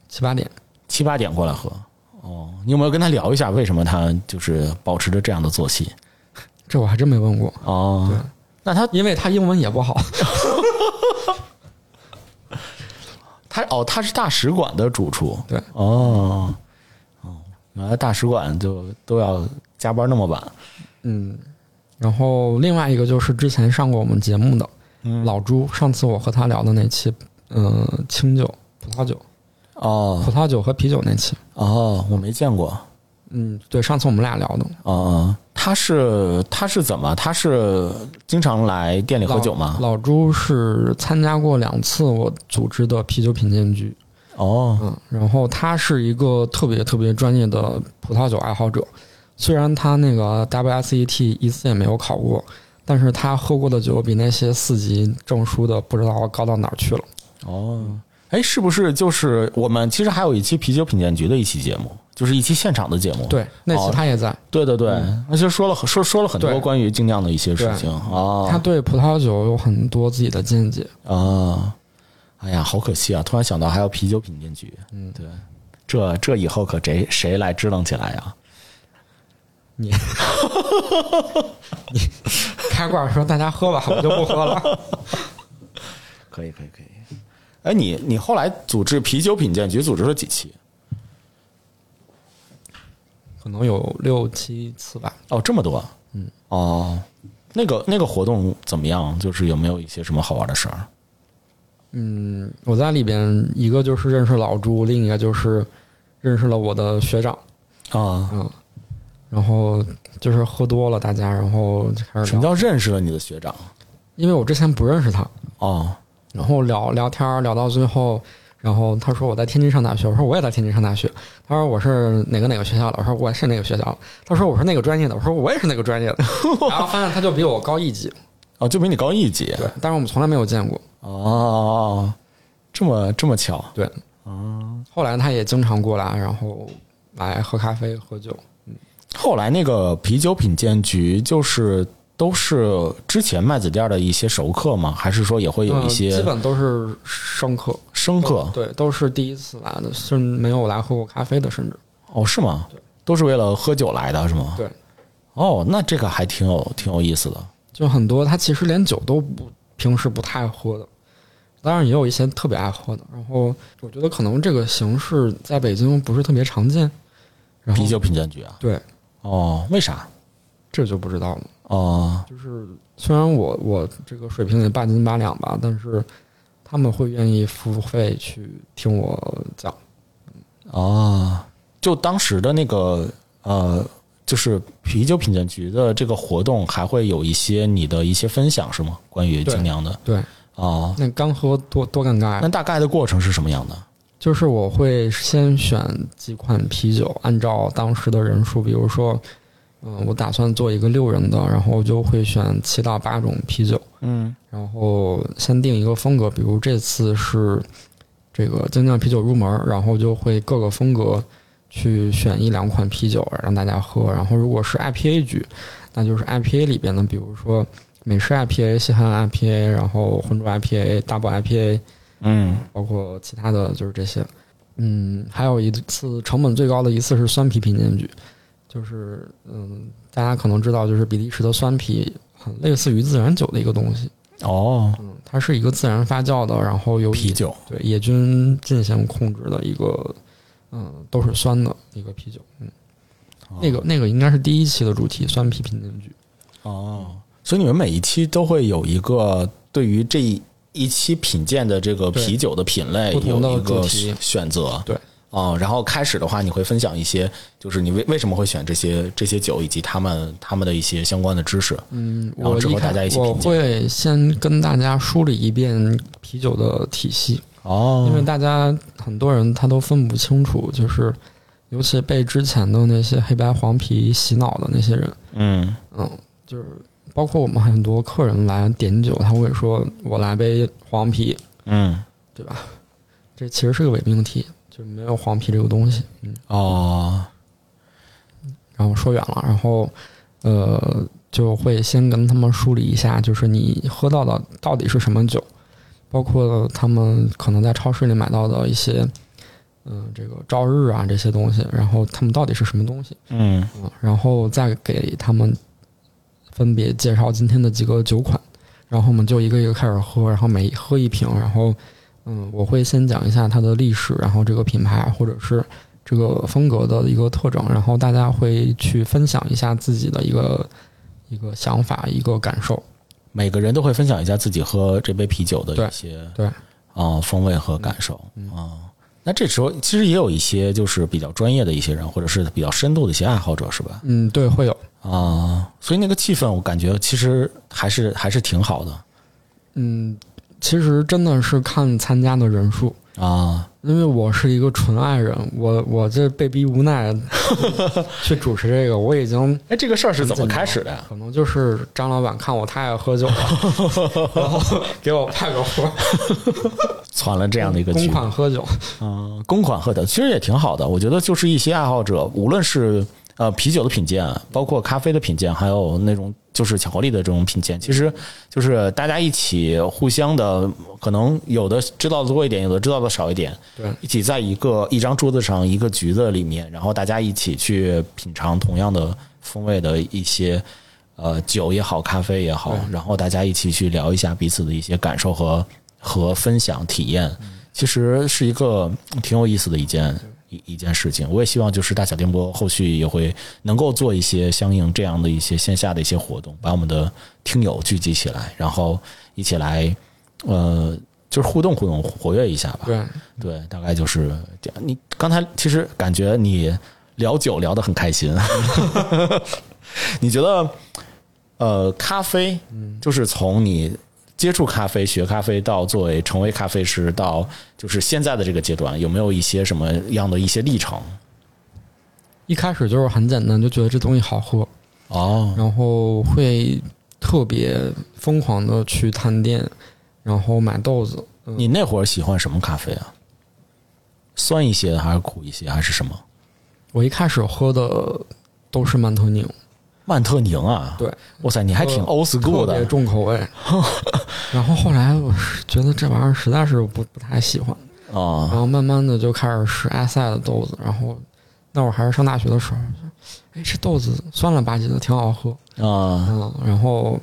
B: 七八点。
A: 七八点过来喝。哦，你有没有跟他聊一下为什么他就是保持着这样的作息？
B: 这我还真没问过，
A: 哦，
B: 对
A: 那他
B: 因为他英文也不好。
A: 他哦，他是大使馆的主厨。
B: 对，
A: 哦哦，原来大使馆就都要加班那么晚。
B: 嗯，然后另外一个就是之前上过我们节目的、老朱，上次我和他聊的那期，嗯、清酒、葡萄酒、
A: 哦
B: 葡萄酒和啤酒那期。
A: 哦，我没见过。
B: 嗯，对，上次我们俩聊的
A: 哦，他是他是怎么？他是经常来店里喝酒吗？
B: 老朱是参加过两次我组织的啤酒品鉴局，
A: 哦
B: 嗯，然后他是一个特别特别专业的葡萄酒爱好者，虽然他那个 WSET 一次也没有考过，但是他喝过的酒比那些四级证书的不知道高到哪儿去了。
A: 哦，哎，是不是就是我们其实还有一期啤酒品鉴局的一期节目，就是一期现场的节目。
B: 对，那
A: 哦
B: 期他也在，
A: 对对对，而且说了很说说了很多
B: 对
A: 关于精酿的一些事
B: 对
A: 情啊
B: 他对葡萄酒有很多自己的见解。
A: 啊！哎呀，好可惜啊！突然想到还有啤酒品鉴局，
B: 嗯，
A: 对，这这以后可谁谁来支棱起来啊呀、
B: 开罐说大家喝 吧，我就不喝了。
A: 可以可以可以。哎，你你后来组织啤酒品鉴局组织了几期？
B: 可能有六七次吧。
A: 哦，这么多，嗯，哦，那个那个活动怎么样？就是有没有一些什么好玩的事儿？
B: 嗯，我在里边一个就是认识老朱，另一个就是认识了我的学长。
A: 啊，
B: 嗯，然后就是喝多了，大家然后就开始
A: 什么
B: 聊，
A: 叫认识了你的学长？
B: 因为我之前不认识他，
A: 哦，
B: 然后聊聊天儿聊到最后，然后他说我在天津上大学，我说我也在天津上大学，他说我是哪个哪个学校的，我说我也是那个学校的，他说我是那个专业的，我说我也是那个专业的， 然后发现他就比我高一级，
A: 哦，就比你高一级。
B: 对，但是我们从来没有见过，
A: 哦，这么这么巧，
B: 对，啊，
A: 哦
B: 后来他也经常过来，然后来喝咖啡喝酒，
A: 后来那个啤酒品鉴局就是都是之前麦子店的一些熟客吗？还是说也会有一
B: 嗯
A: 些
B: 基本都是生客，
A: 生客？
B: 对，都是第一次来的，是没有来喝过咖啡的，甚至。
A: 哦，是吗？都是为了喝酒来的是吗？
B: 对。
A: 哦，那这个还挺有挺有意思的。
B: 就很多他其实连酒都不平时不太喝的，当然也有一些特别爱喝的。然后我觉得可能这个形式在北京不是特别常见，然后
A: 啤酒品鉴局啊？
B: 对
A: 哦，为啥？
B: 这就不知道了。
A: 哦，
B: 就是虽然我我这个水平也半斤八两吧，但是他们会愿意付费去听我讲。
A: 哦，就当时的那个呃，就是啤酒品鉴局的这个活动，还会有一些你的一些分享是吗？关于
B: 对
A: 精酿的
B: 对，
A: 哦，
B: 那刚喝多多尴尬
A: 那
B: 呀！
A: 大概的过程是什么样的？
B: 就是我会先选几款啤酒，按照当时的人数，比如说，嗯、我打算做一个六人的，然后我就会选七到八种啤酒，
A: 嗯，
B: 然后先定一个风格，比如这次是这个精酿啤酒入门，然后就会各个风格去选一两款啤酒让大家喝。然后如果是 IPA 局，那就是 IPA 里边的，比如说美式 IPA、西海岸 IPA，然后浑浊 IPA、Double IPA，
A: 嗯，
B: 包括其他的就是这些。嗯，还有一次成本最高的一次是酸啤品鉴局，就是嗯，大家可能知道，就是比利时的酸啤很类似于自然酒的一个东西，
A: 哦，
B: 嗯，它是一个自然发酵的，然后由
A: 啤
B: 野
A: 酒
B: 对野菌进行控制的一个，嗯，都是酸的一个啤酒，
A: 哦
B: 嗯，那个那个应该是第一期的主题酸啤品鉴局，
A: 哦，所以你们每一期都会有一个对于这一一期品鉴的这个
B: 对
A: 啤酒的品类
B: 不
A: 有
B: 同的
A: 一个
B: 主题
A: 选择，
B: 对。
A: 哦，然后开始的话，你会分享一些，就是你为为什么会选这些这些酒，以及他们他们的一些相关的知识。
B: 嗯，
A: 然后
B: 我
A: 之
B: 一
A: 后大
B: 开
A: 家一起
B: 我
A: 品鉴
B: 会先跟大家梳理一遍啤酒的体系，
A: 哦
B: 因为大家很多人他都分不清楚，就是尤其被之前的那些黑白黄皮洗脑的那些人，
A: 嗯
B: 嗯，就是包括我们很多客人来点酒，他会说我来杯黄皮，
A: 嗯
B: 对吧？这其实是个伪命题，就是没有黄皮这个东西。嗯，
A: 哦
B: 然后说远了，然后呃，就会先跟他们梳理一下，就是你喝到的到底是什么酒，包括他们可能在超市里买到的一些，嗯、这个朝日啊这些东西，然后他们到底是什么东西，
A: 嗯
B: 嗯，然后再给他们分别介绍今天的几个酒款，然后我们就一个一个开始喝，然后每喝一瓶，然后嗯，我会先讲一下它的历史，然后这个品牌或者是这个风格的一个特征，然后大家会去分享一下自己的一个一个想法、一个感受。
A: 每个人都会分享一下自己喝这杯啤酒的
B: 对
A: 一些
B: 对
A: 啊、风味和感受啊、那这时候其实也有一些就是比较专业的一些人，或者是比较深度的一些爱好者，是吧？
B: 嗯，对，会有。
A: 啊、所以那个气氛我感觉其实还是还是挺好的。
B: 嗯，其实真的是看参加的人数，
A: 啊，
B: 因为我是一个纯爱人，我我这被逼无奈去主持这个，我已经
A: 哎，这个事儿是怎么开始的呀？
B: 可能就是张老板看我太爱喝酒 了，然后给我派个活儿，
A: 攒了这样的一个
B: 公
A: 局，
B: 款喝酒。
A: 嗯，公款喝的其实也挺好的。我觉得就是一些爱好者，无论是呃啤酒的品鉴，包括咖啡的品鉴，还有那种就是巧克力的这种品鉴，其实就是大家一起互相的，可能有的知道的多一点，有的知道的少一点，
B: 对，
A: 一起在一个一张桌子上，一个局子里面，然后大家一起去品尝同样的风味的一些呃酒也好，咖啡也好，然后大家一起去聊一下彼此的一些感受和和分享体验，其实是一个嗯挺有意思的一件。一一件事情，我也希望就是大小电波后续也会能够做一些相应这样的一些线下的一些活动，把我们的听友聚集起来，然后一起来，呃，就是互动互动，活跃一下吧。
B: 对，
A: 对，大概就是这样。你刚才其实感觉你聊酒聊得很开心， 你觉得呃，咖啡
B: 嗯
A: 就是从你接触咖啡、学咖啡到作为成为咖啡师，到就是现在的这个阶段，有没有一些什么样的一些历程？
B: 一开始就是很简单，就觉得这东西好喝，
A: 哦，
B: 然后会特别疯狂的去探店，然后买豆子。
A: 嗯你那会儿喜欢什么咖啡啊？酸一些的还是苦一些，还是什么？
B: 我一开始喝的都是曼特宁，
A: 曼特宁啊，
B: 对，
A: 哇塞，你还挺
B: 呃
A: old school
B: 特别
A: 的，
B: 重口 味。然后后来我是觉得这玩意儿实在是不不太喜欢，然
A: 啊
B: 后慢慢的就开始吃埃塞的豆子。然后那会儿还是上大学的时候，我说哎，这豆子酸了吧唧的，挺好喝。
A: 啊，
B: 嗯，然后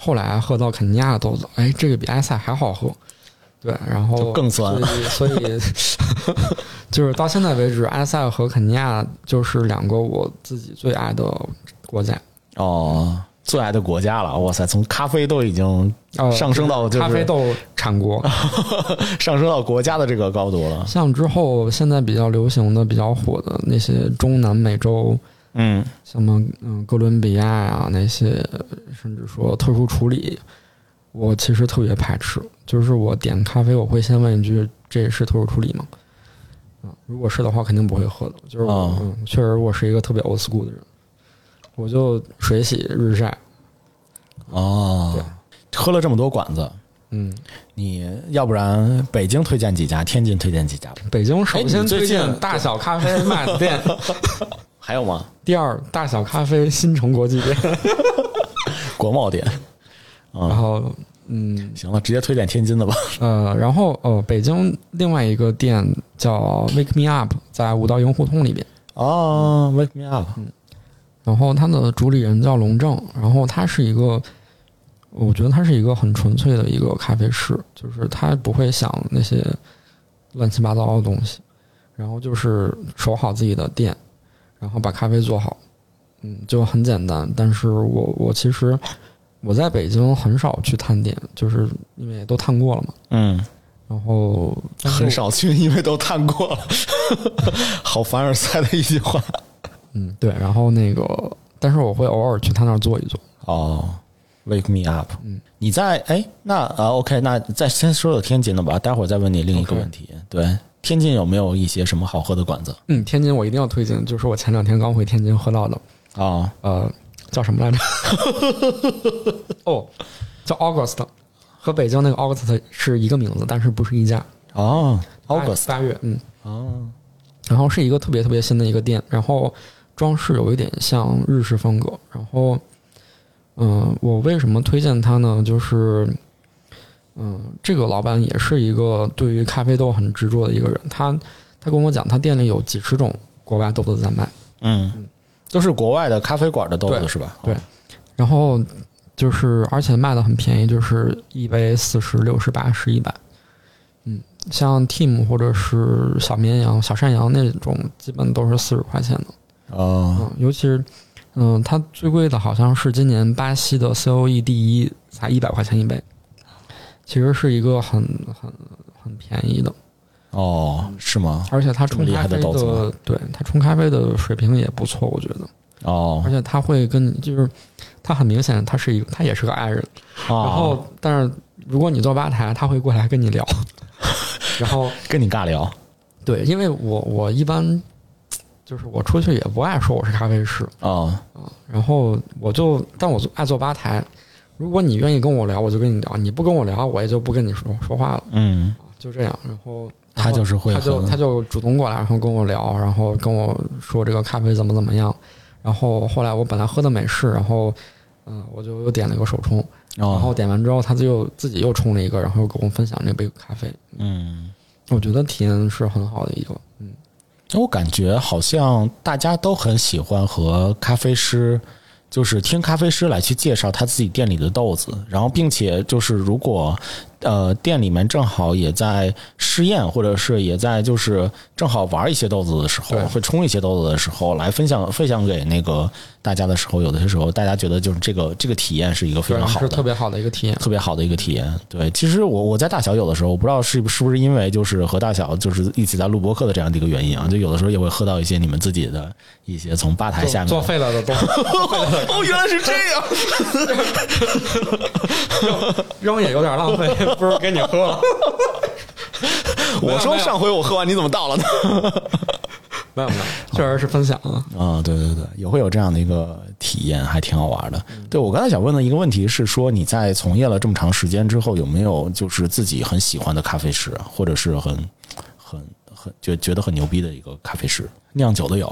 B: 后来喝到肯尼亚的豆子，哎，这个比埃塞还好喝。对，然后
A: 就更酸
B: 所以 所以就是到现在为止，埃塞和肯尼亚就是两个我自己最爱的国家。
A: 哦，最爱的国家了，哇塞，从咖啡都已经
B: 呃，
A: 上升到就是啊
B: 咖啡豆产国，
A: 上升到国家的这个高度了。
B: 像之后现在比较流行的、比较火的那些中南美洲，
A: 嗯，
B: 什么嗯哥伦比亚呀、那些，甚至说特殊处理，我其实特别排斥。就是我点咖啡，我会先问一句：“这是特殊处理吗？”啊，如果是的话，肯定不会喝的。就是我，
A: 哦
B: 嗯，确实我是一个特别 old school 的人，我就水洗日晒，
A: 哦，喝了这么多馆子，
B: 嗯，
A: 你要不然北京推荐几家，天津推荐几家吧？
B: 北京首
A: 哎
B: 先
A: 你最
B: 推荐
A: 近
B: 大小咖啡卖 的店，
A: 还有吗？
B: 第二大小咖啡新城国际店，
A: 国贸店。
B: 然
A: 啊，
B: 后嗯
A: 行了，直接推荐天津的吧。
B: 呃，然后呃，北京另外一个店叫 Wake Me Up，在五道营胡同里边。
A: 哦，Wake me up。
B: 嗯然后它的主理人叫龙正，然后他是一个，我觉得他是一个很纯粹的一个咖啡师，就是他不会想那些乱七八糟的东西，然后就是守好自己的店，然后把咖啡做好，嗯，就很简单。但是我我其实我在北京很少去探店，就是因为都探过了嘛，
A: 嗯，
B: 然后但是
A: 很少去，因为都探过了。 好凡尔赛的一句话。
B: 嗯，对，然后那个，但是我会偶尔去他那儿坐一坐。
A: 哦，Wake me up。
B: 嗯，
A: 你在哎，那啊，OK，那再先说说天津的吧，待会儿再问你另一个
B: OK
A: 问题。对，天津有没有一些什么好喝的馆子
B: 嗯，天津我一定要推荐，就是我前两天刚回天津喝到的，
A: 啊、
B: 呃，叫什么来着？ 哦，叫 August，和北京那个 August 是一个名字，但是不是一家。
A: 哦
B: 八
A: ，August
B: 八月，嗯，
A: 哦，
B: 然后是一个特别特别新的一个店，然后装饰有一点像日式风格。然后，嗯、我为什么推荐它呢？就是，嗯、这个老板也是一个对于咖啡豆很执着的一个人。他他跟我讲，他店里有几十种国外豆子在卖，
A: 嗯，都是国外的咖啡馆的豆子
B: 对
A: 是吧？
B: 对然后就是而且卖的很便宜，就是一杯四十、六十、八十、一百。嗯，像 Team 或者是小绵羊、小山羊那种，基本都是四十块钱的。
A: 哦，
B: 嗯，尤其是，嗯，它最贵的好像是今年巴西的 COE 第一，才一百块钱一杯，其实是一个很很很便宜的，
A: 哦，是吗？
B: 而且它冲
A: 这么厉
B: 咖
A: 害
B: 啡
A: 的豆子吗
B: 的，对它冲咖啡的水平也不错，我觉得，而
A: 哦，
B: 且它会跟你就是他很明显他是一个他也是个 i 人，
A: 哦
B: 然后但是如果你坐吧台，他会过来跟你聊，然后
A: 跟你尬聊，
B: 对，因为我我一般就是我出去也不爱说我是咖啡师，
A: 哦，
B: 然后我就但我就爱坐吧台。如果你愿意跟我聊，我就跟你聊；你不跟我聊，我也就不跟你说说话了，
A: 嗯，
B: 就这样。然后
A: 他就是会哦
B: 他就
A: 很
B: 他就主动过来，然后跟我聊，然后跟我说这个咖啡怎么怎么样。然后后来我本来喝的美式，然后嗯、我就又点了一个手冲，然后
A: 哦，
B: 点完之后他就又自己又冲了一个，然后又跟我分享那杯咖啡。
A: 嗯。
B: 我觉得体验是很好的一个，嗯，
A: 我感觉好像大家都很喜欢和咖啡师，就是听咖啡师来去介绍他自己店里的豆子，然后并且就是如果呃店里面正好也在试验，或者是也在就是正好玩一些豆子的时候
B: 对，
A: 会冲一些豆子的时候，来分享分享给那个大家的时候，有的时候大家觉得就是这个这个体验是一个非
B: 对
A: 常，好
B: 是
A: 的，
B: 特别好的一个体验。
A: 特别好的一个体验。对，其实我我在大小有的时候，我不知道是不是不是因为就是和大小就是一起在录播客的这样的一个原因啊，就有的时候也会喝到一些你们自己的一些从吧台下面
B: 做废了的东西，
A: 哦，原来是这样，
B: 扔也有点浪 费，不如给你喝了。
A: 我说上回我喝完你怎么倒了呢？
B: 没有没有，确实是分享啊。
A: 啊、对对对，也会有这样的一个体验，还挺好玩的。对我刚才想问的一个问题是说，你在从业了这么长时间之后，有没有就是自己很喜欢的咖啡师啊，或者是很很很觉觉得很牛逼的一个咖啡师？酿酒的有，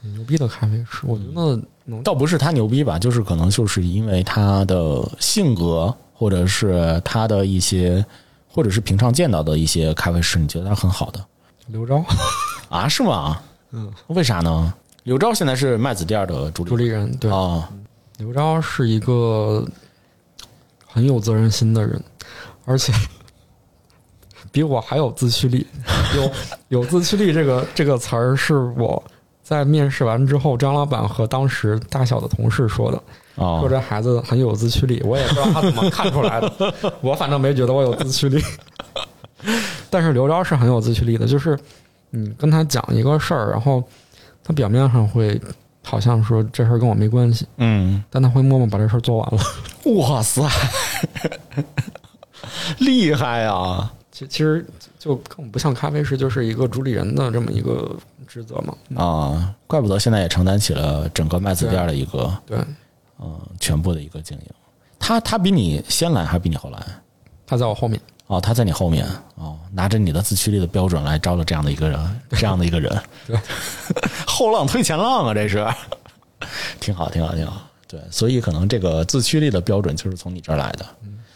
B: 很牛逼的咖啡师，我觉得能
A: 倒不是他牛逼吧，就是可能就是因为他的性格，或者是他的一些，或者是平常见到的一些咖啡师，你觉得他很好的
B: 刘钊
A: 啊？是吗？
B: 嗯，
A: 为啥呢？刘钊现在是麦子店的主
B: 主理人，对，
A: 啊，
B: 刘钊是一个很有责任心的人，而且 比我还有自驱力。有有自驱力这个这个词儿是我在面试完之后，张老板和当时大小的同事说的，说
A: 哦，
B: 这孩子很有自驱力。我也不知道他怎么看出来的，我反正没觉得我有自驱力。 但是刘钊是很有自驱力的，就是你跟他讲一个事儿，然后他表面上会好像说这事儿跟我没关系。
A: 嗯，
B: 但他会默默把这事儿做完了。
A: 哇塞， 厉害啊！
B: 其其实就更不像咖啡师，就是一个主理人的这么一个职责嘛。
A: 啊，怪不得现在也承担起了整个麦子店的一个
B: 对，
A: 嗯、全部的一个经营。他他比你先来还是比你后来？
B: 他在我后面，
A: 哦，他在你后面哦，拿着你的自驱力的标准来招了这样的一个人，这样的一个人，
B: 对，
A: 后浪推前浪啊，这是，挺好，挺好，挺好。对，所以可能这个自驱力的标准就是从你这儿来的。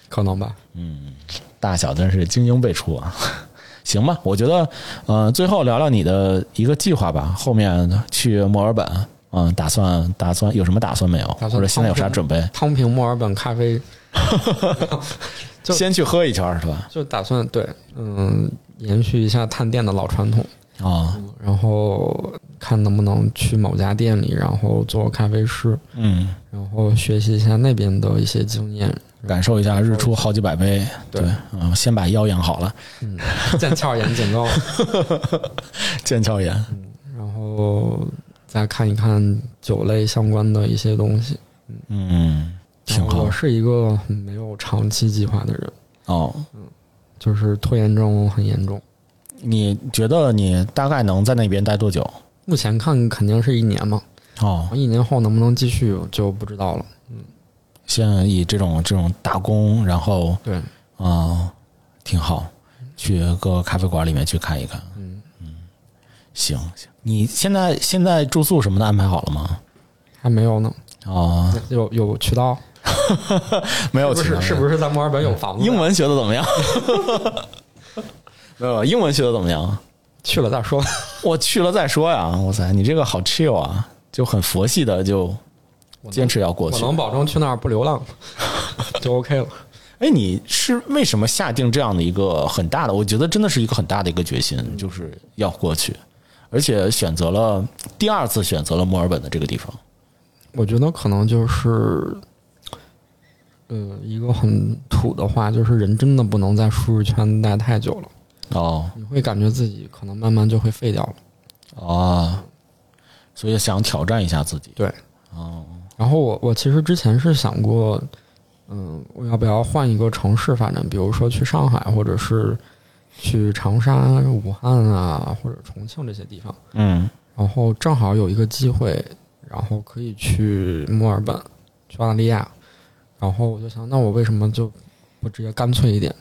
B: 可能吧。
A: 大小真是精英辈出啊。 行吧，我觉得，呃，最后聊聊你的一个计划吧。后面去墨尔本，嗯、打算打算有什么打算没有？
B: 打算
A: 或者现在有啥
B: 放
A: 准备？
B: 汤平墨尔本咖啡就
A: 先去喝一圈儿是吧？
B: 就打算对，嗯，延续一下探店的老传统，
A: 啊、
B: 然后看能不能去某家店里，然后做咖啡师，
A: 嗯，
B: 然后学习一下那边的一些经验，
A: 感受一下日出好几百杯。
B: 对
A: 嗯、先把腰养好了，
B: 嗯，腱鞘炎警告。
A: 腱鞘炎。
B: 然后再看一看酒类相关的一些东西。
A: 嗯，挺
B: 然后
A: 好
B: 我。是一个很没有长期计划的人，
A: 哦，
B: 就是拖延症很严重。
A: 你觉得你大概能在那边待多久？
B: 目前看肯定是一年嘛，
A: 哦，
B: 一年后能不能继续就不知道了。
A: 先以这种这种打工，然后
B: 对，
A: 啊，挺好，去各咖啡馆里面去看一看。
B: 嗯，
A: 行行，你现在现在住宿什么的安排好了吗？
B: 还没有呢，
A: 啊，
B: 有有渠道，
A: 没有
B: 是不
A: 请
B: 是是不是在墨尔本有房
A: 嗯
B: 子？
A: 英文学的怎么样？ 没有，英文学的怎么样？
B: 去了再说。
A: 我去了再说呀！哇塞，你这个好 chill 啊，就很佛系的就
B: 我能
A: 坚持要过
B: 我
A: 去。
B: 能保证去那儿不 流浪，就 OK 了。
A: 哎，你是为什么下定这样的一个很大的？我觉得真的是一个很大的一个决心，
B: 嗯
A: 就是要过去，而且选择了第二次选择了墨尔本的这个地方。
B: 我觉得可能就是，呃，一个很土的话，就是人真的不能在舒适圈待太久了，
A: 哦
B: 你会感觉自己可能慢慢就会废掉了。
A: 哦，所以想挑战一下自己。
B: 对
A: 啊、哦，
B: 然后我我其实之前是想过，嗯，我要不要换一个城市发展？比如说去上海，或者是去长沙、武汉啊，或者重庆这些地方。
A: 嗯
B: 然后正好有一个机会，然后可以去墨尔本，去澳大利亚。然后我就想，那我为什么就不直接干脆一点，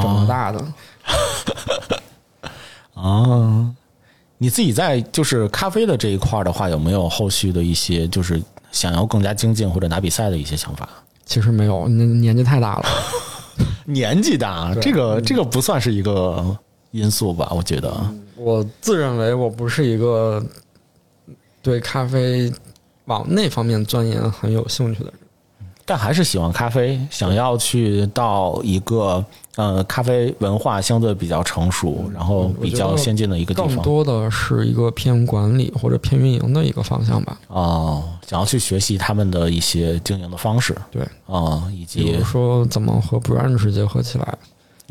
B: 整个大的？
A: 哦，你自己在就是咖啡的这一块儿的话，有没有后续的一些就是想要更加精进或者拿比赛的一些想法？
B: 其实没有，年年纪太大了。
A: 年纪大，啊
B: 对
A: 这个
B: 嗯
A: 这个不算是一个因素吧？我觉得，
B: 我自认为我不是一个对咖啡往那方面钻研很有兴趣的人。
A: 但还是喜欢咖啡，想要去到一个呃咖啡文化相对比较成
B: 嗯
A: 熟，然后比较先进的一个地
B: 更
A: 方
B: 多的是一个偏管理或者偏运营的一个方向吧。
A: 哦，想要去学习他们的一些经营的方式，
B: 对
A: 啊、以
B: 比
A: 及
B: 如说怎么和 branch 结合起来。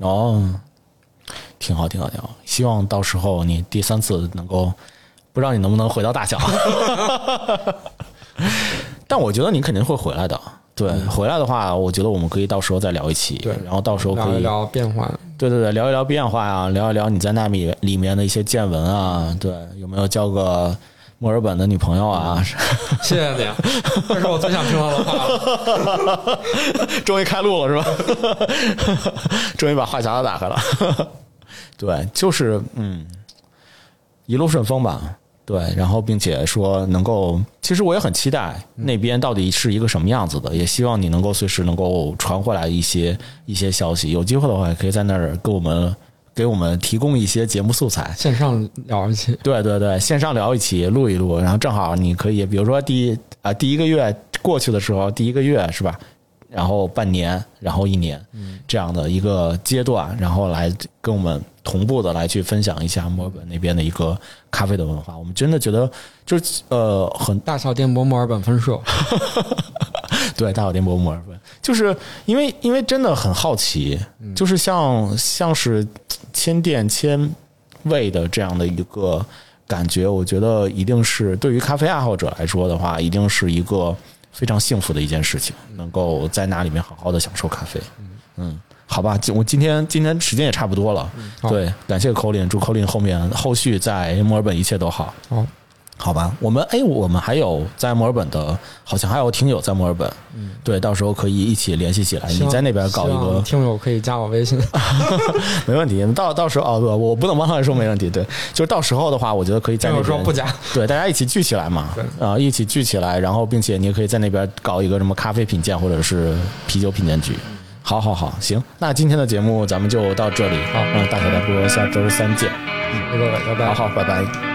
A: 哦，挺好，挺好，挺好。希望到时候你第三次能够，不知道你能不能回到 大小，但我觉得你肯定会回来的。对，回来的话，我觉得我们可以到时候再聊一期，
B: 嗯对
A: 然后到时候可以
B: 聊一聊变化，
A: 对对对，聊一聊变化啊，聊一聊你在纳米里面的一些见闻啊，对，有没有交个墨尔本的女朋友啊？
B: 谢谢你，啊这是我最想听到的话了。
A: 终于开录了是吧？ 终于把话匣子打开了。 对，就是嗯，一路顺风吧。对，然后并且说能够，其实我也很期待那边到底是一个什么样子的，也希望你能够随时能够传回来一些一些消息。有机会的话，也可以在那儿给我们给我们提供一些节目素材。
B: 线上聊一期，
A: 对对对，线上聊一起录一录，然后正好你可以，比如说第一啊、第一个月过去的时候，第一个月是吧？然后半年，然后一年，这样的一个阶段，然后来跟我们同步的来去分享一下墨尔本那边的一个咖啡的文化。我们真的觉得就是呃很
B: 大小电波墨尔本分社，
A: 对，大小颠簸墨尔本，就是因为因为真的很好奇，就是像像是千店千味的这样的一个感觉，我觉得一定是对于咖啡爱好者来说的话，一定是一个非常幸福的一件事情，能够在那里面好好的享受咖啡。嗯，好吧，就我今天今天时间也差不多了，
B: 好
A: 对，感谢 Colin，祝 Colin 后面后续在墨尔本一切都好。
B: 好，
A: 好吧，我们哎，我们还有在墨尔本的，好像还有听友在墨尔本，
B: 嗯
A: 对，到时候可以一起联系起哎来。你
B: 希望
A: 在那边搞一
B: 希
A: 个
B: 望，听友可以加我微信，
A: 没问题。到到时候哦，不，我不能帮他说没问题，对，就是到时候的话，我觉得可以在那
B: 听友
A: 边
B: 说不加，
A: 对，大家一起聚起来嘛，
B: 对
A: 啊、一起聚起来，然后并且你也可以在那边搞一个什么咖啡品鉴或者是啤酒品鉴局。
B: 嗯
A: 好好好，行，那今天的节目咱们就到这里，
B: 好
A: 嗯，大小大波，下周三见，
B: 那个拜拜
A: 好。好，拜拜。